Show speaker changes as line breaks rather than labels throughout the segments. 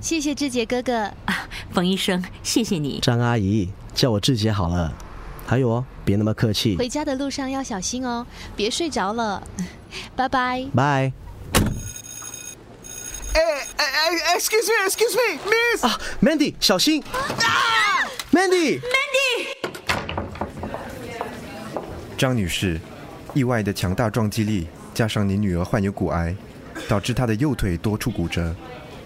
谢谢志杰 哥哥。
啊，冯医生，谢谢你。
张阿姨，叫我志杰好了。还有哦，别那么客气。
回家的路上要小心哦，别睡 着了。拜拜。
拜。
哎哎哎，excuse me，excuse me，miss
啊，Mandy，小心！Mandy，
张女士，意外的强大撞击力加上你女儿患有骨癌，导致她的右腿多处骨折，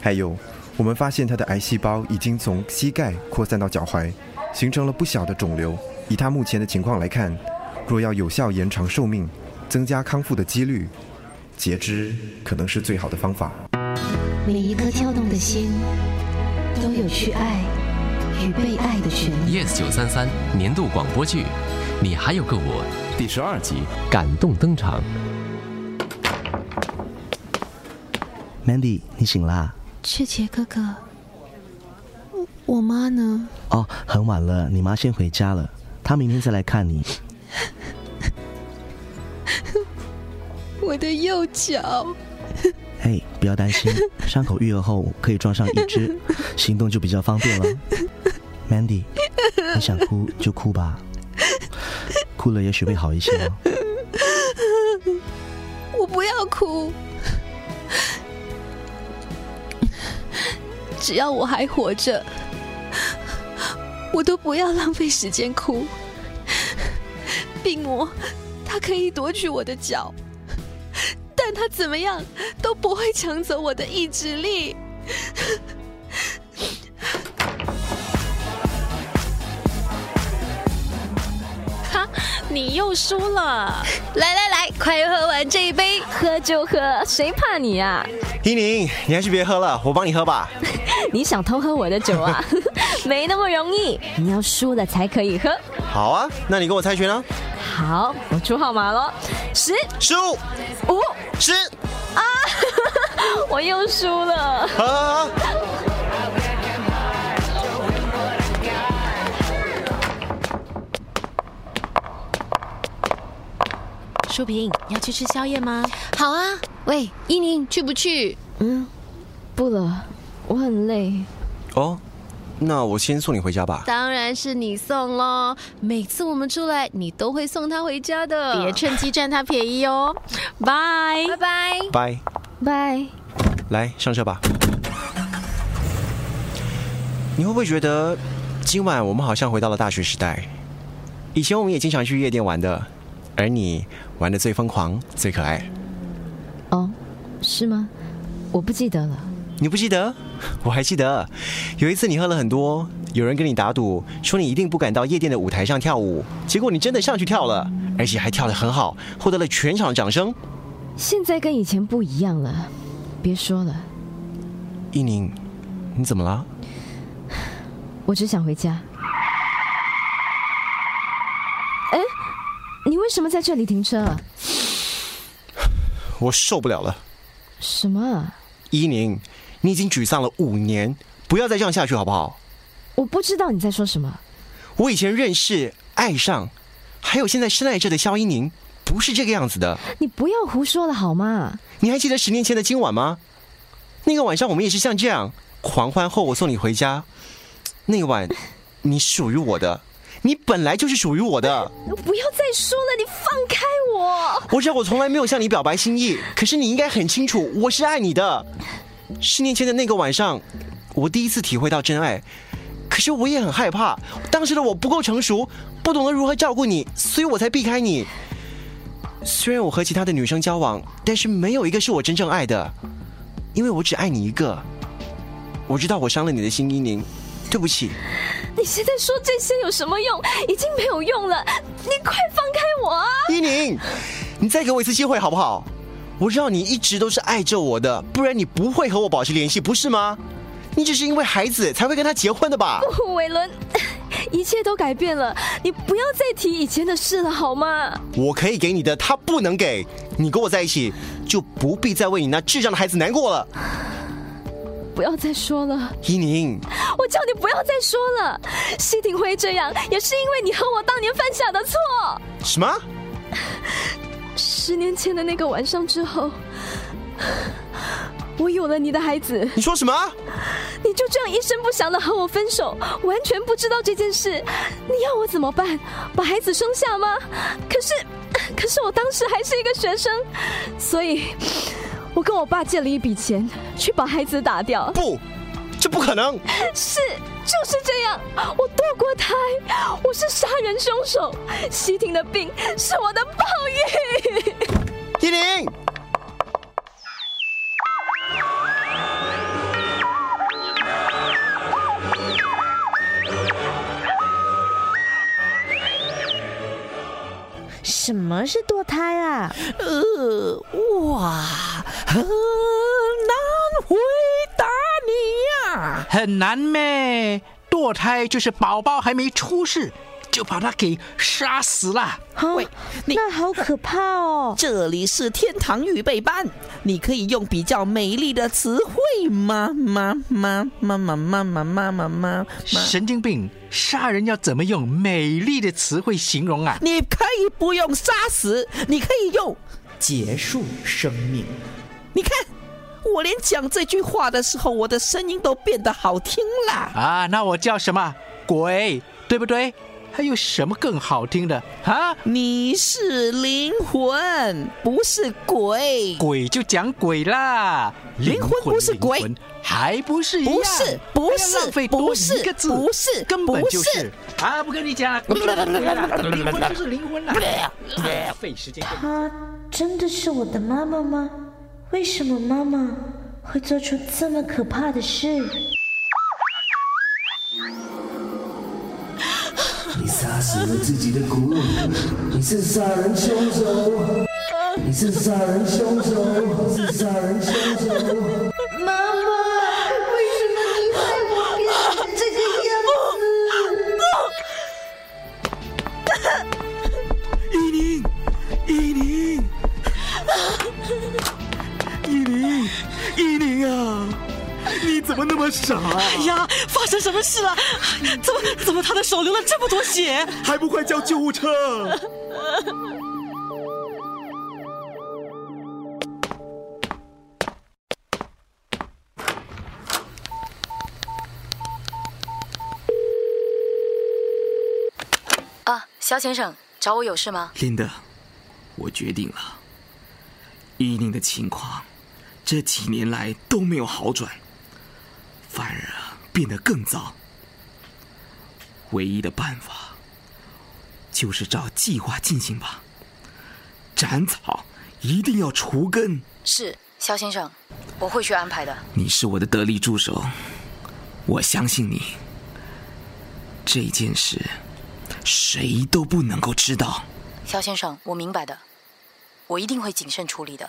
还有我们发现她的癌细胞已经从膝盖扩散到脚踝，形成了不小的肿瘤。以她目前的情况来看，若要有效延长寿命，增加康复的几率，截肢可能是最好的方法。
每一颗跳动的心，都有去爱与被爱的权利。
Yes 九三三年度广播剧《你还有个我》第十二集感动登场。
Mandy，你醒啦？
志杰哥哥，我我妈呢？
哦，很晚了，你妈先回家了，她明天再来看你。
我的右脚。
嘿，不要担心，伤口愈合后可以装上一只，行动就比较方便了。Mandy，你想哭就哭吧，哭了也许会好一些哦。
我不要哭，只要我还活着，我都不要浪费时间哭。病魔，它可以夺取我的脚，但它怎么样都不会抢走我的意志力。
你又输了，
来来来，快喝完这一杯，
喝就喝，谁怕你啊？
依宁，你还是别喝了，我帮你喝吧。
你想偷喝我的酒啊？ 没那么容易，你要输了才可以喝。
好啊，那你跟我猜拳啊。
好，我出号码喽，十
十五，
五，啊
十，
我又输了。
好好好。
淑萍，你要去吃宵夜吗？
好啊，
喂，
依宁去不去？
不了，我很累。
哦，那我先送你回家吧。
当然是你送喽！每次我们出来，你都会送她回家的。
别趁机占他便宜 哦。
拜
拜拜。
拜，
拜。
来上车吧。你会不会觉得今晚我们好像回到了大学时代？以前我们也经常去夜店玩的，而你玩的最疯狂、最可爱。
哦，是吗？我不记得了。
你不记得？我还记得，有一次你喝了很多，有人跟你打赌说你一定不敢到夜店的舞台上跳舞，结果你真的上去跳了，而且还跳得很好，获得了全场掌声。
现在跟以前不一样了，别说了，
一宁，你怎么了？
我只想回家。哎，你为什么在这里停车啊？
我受不了了，
什么啊？
一宁，你已经沮丧了五年，不要再这样下去好不好？
我不知道你在说什么。
我以前认识、爱上，还有现在深爱着的肖一宁，不是这个样子的。
你不要胡说了好吗？
你还记得十年前的今晚吗？那个晚上我们也是像这样狂欢后，我送你回家。那晚，你属于我的，你本来就是属于我的。
不要再说了，你放开我！
我知道我从来没有向你表白心意，可是你应该很清楚，我是爱你的。十年前的那个晚上，我第一次体会到真爱，可是我也很害怕。当时的我不够成熟，不懂得如何照顾你，所以我才避开你。虽然我和其他的女生交往，但是没有一个是我真正爱的，因为我只爱你一个。我知道我伤了你的心，依宁，对不起。
你现在说这些有什么用？已经没有用了，你快放开我啊！
依宁，你再给我一次机会好不好？我知道你一直都是爱着我的，不然你不会和我保持联系，不是吗？你只是因为孩子才会跟他结婚的吧？
伟伦，一切都改变了，你不要再提以前的事了好吗？
我可以给你的，他不能给。你跟我在一起，就不必再为你那智障的孩子难过了。
不要再说了，
依宁，
我叫你不要再说了。谢霆辉这样也是因为你和我当年犯下的错。
什么？
十年前的那个晚上之后，我有了你的孩子，
你说什么？
你就这样一声不响的和我分手，完全不知道这件事，你要我怎么办？把孩子生下吗？可是，可是我当时还是一个学生，所以，我跟我爸借了一笔钱去把孩子打掉。
不，这不可能！
是，就是这样。我堕过胎，我是杀人凶手，西婷的病是我的报应。
依林，
什么是堕胎啊？
呃，哇，很难回答你呀、
很难咩？堕胎就是宝宝还没出世，就把他给杀死了。
喂，那好可怕哦！
这里是天堂预备班，你可以用比较美丽的词汇吗？妈妈妈妈妈妈妈妈妈，
神经病！杀人要怎么用美丽的词汇形容啊？
你可以不用杀死，你可以用结束生命。你看，我连讲这句话的时候，我的声音都变得好听啦。
啊，那我叫什么鬼？对不对？还有什么更好听的啊？
你是灵魂，不是鬼。
鬼就讲鬼啦，
灵魂不是鬼
灵魂还不是一样
不是不
还要
是
浪费
不
多
是
一个字，
不是
根本就
不是
是啊！不跟你讲了，灵魂就是灵魂啦，浪费时间。
她真的是我的妈妈吗？为什么妈妈会做出这么可怕的事？
你杀死了自己的骨肉，你是杀人凶手，你是杀人凶手，你是杀人凶手。
妈妈，为什么你害我变成这个样子？
依林，依林，依林，依林啊！你怎么那么傻？
哎呀，发生什么事了？啊怎么怎么他的手流了这么多血？
还不快叫救护车！
啊，肖先生，找我有事吗？
琳达，我决定了，依琳的情况这几年来都没有好转，反而变得更糟。唯一的办法就是照计划进行吧，斩草一定要除根。
是肖先生，我会去安排的。
你是我的得力助手，我相信你。这件事谁都不能够知道。
肖先生，嗯我明白的，我一定会谨慎处理的。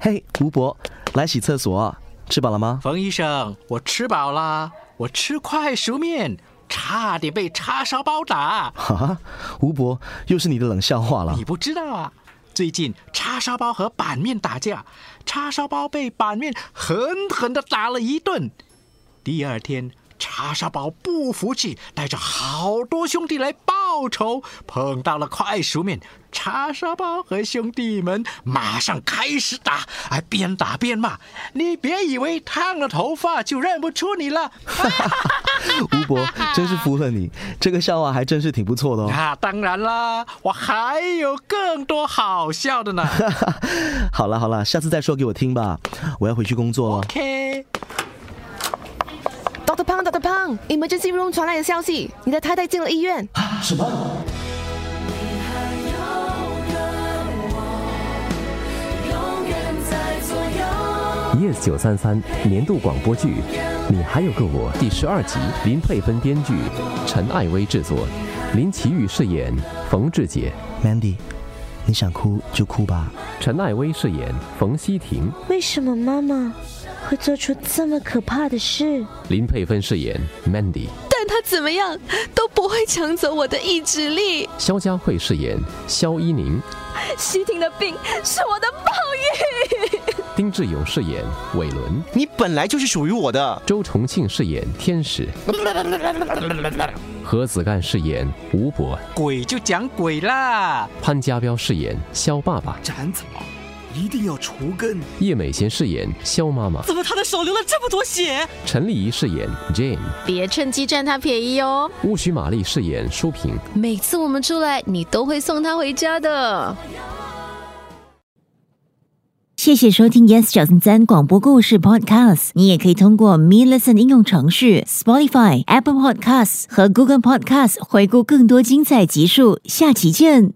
嘿，吴伯，来洗厕所啊，吃饱了吗？
冯医生，我吃饱啦，我吃快熟面，差点被叉烧包打。
哈、哈，吴伯，又是你的冷笑话了
你。不知道啊，最近叉烧包和板面打架，叉烧包被板面狠狠的打了一顿。第二天，叉烧包不服气，带着好多兄弟来报仇，碰到了快熟面，叉烧包和兄弟们马上开始打，哎，边打边骂：“你别以为烫了头发就认不出你了。”
吴伯，真是服了你，这个笑话还真是挺不错的哦。
那啊当然啦，我还有更多好笑的呢。
好了好了，下次再说给我听吧，我要回去工作了。
OK。
Doctor Pang，Doctor Pang，Emergency Room 传来的消息，你的太太进了医院。
什么？
Yes 九三三年度广播剧《你还有个我》第十二集，林佩芬编剧，陈艾薇制作，林奇玉饰演冯志杰
Mandy，你想哭就哭吧。
陈艾薇饰演冯希婷，
为什么妈妈会做出这么可怕的事？
林佩芬饰演 Mandy，
但他怎么样都不会抢走我的意志力。
肖佳慧饰演肖一宁，
西婷的病是我的报应。
丁志勇饰演伟伦，
你本来就是属于我的。
周重庆饰演天使，何子干饰演吴博，
鬼就讲鬼啦，
潘家彪饰演肖爸爸，
斩草一定要除根。
叶美贤饰演肖妈妈，
怎么他的手流了这么多血？
陈丽仪饰演 Jane，
别趁机占他便宜哟。
巫许玛丽饰演舒萍，
每次我们出来，你都会送他回家的。
谢谢收听 Yes 小森森广播故事 Podcast。你也可以通过 Me Listen 应用程序、Spotify、Apple Podcasts 和 Google Podcasts 回顾更多精彩集数。下期见。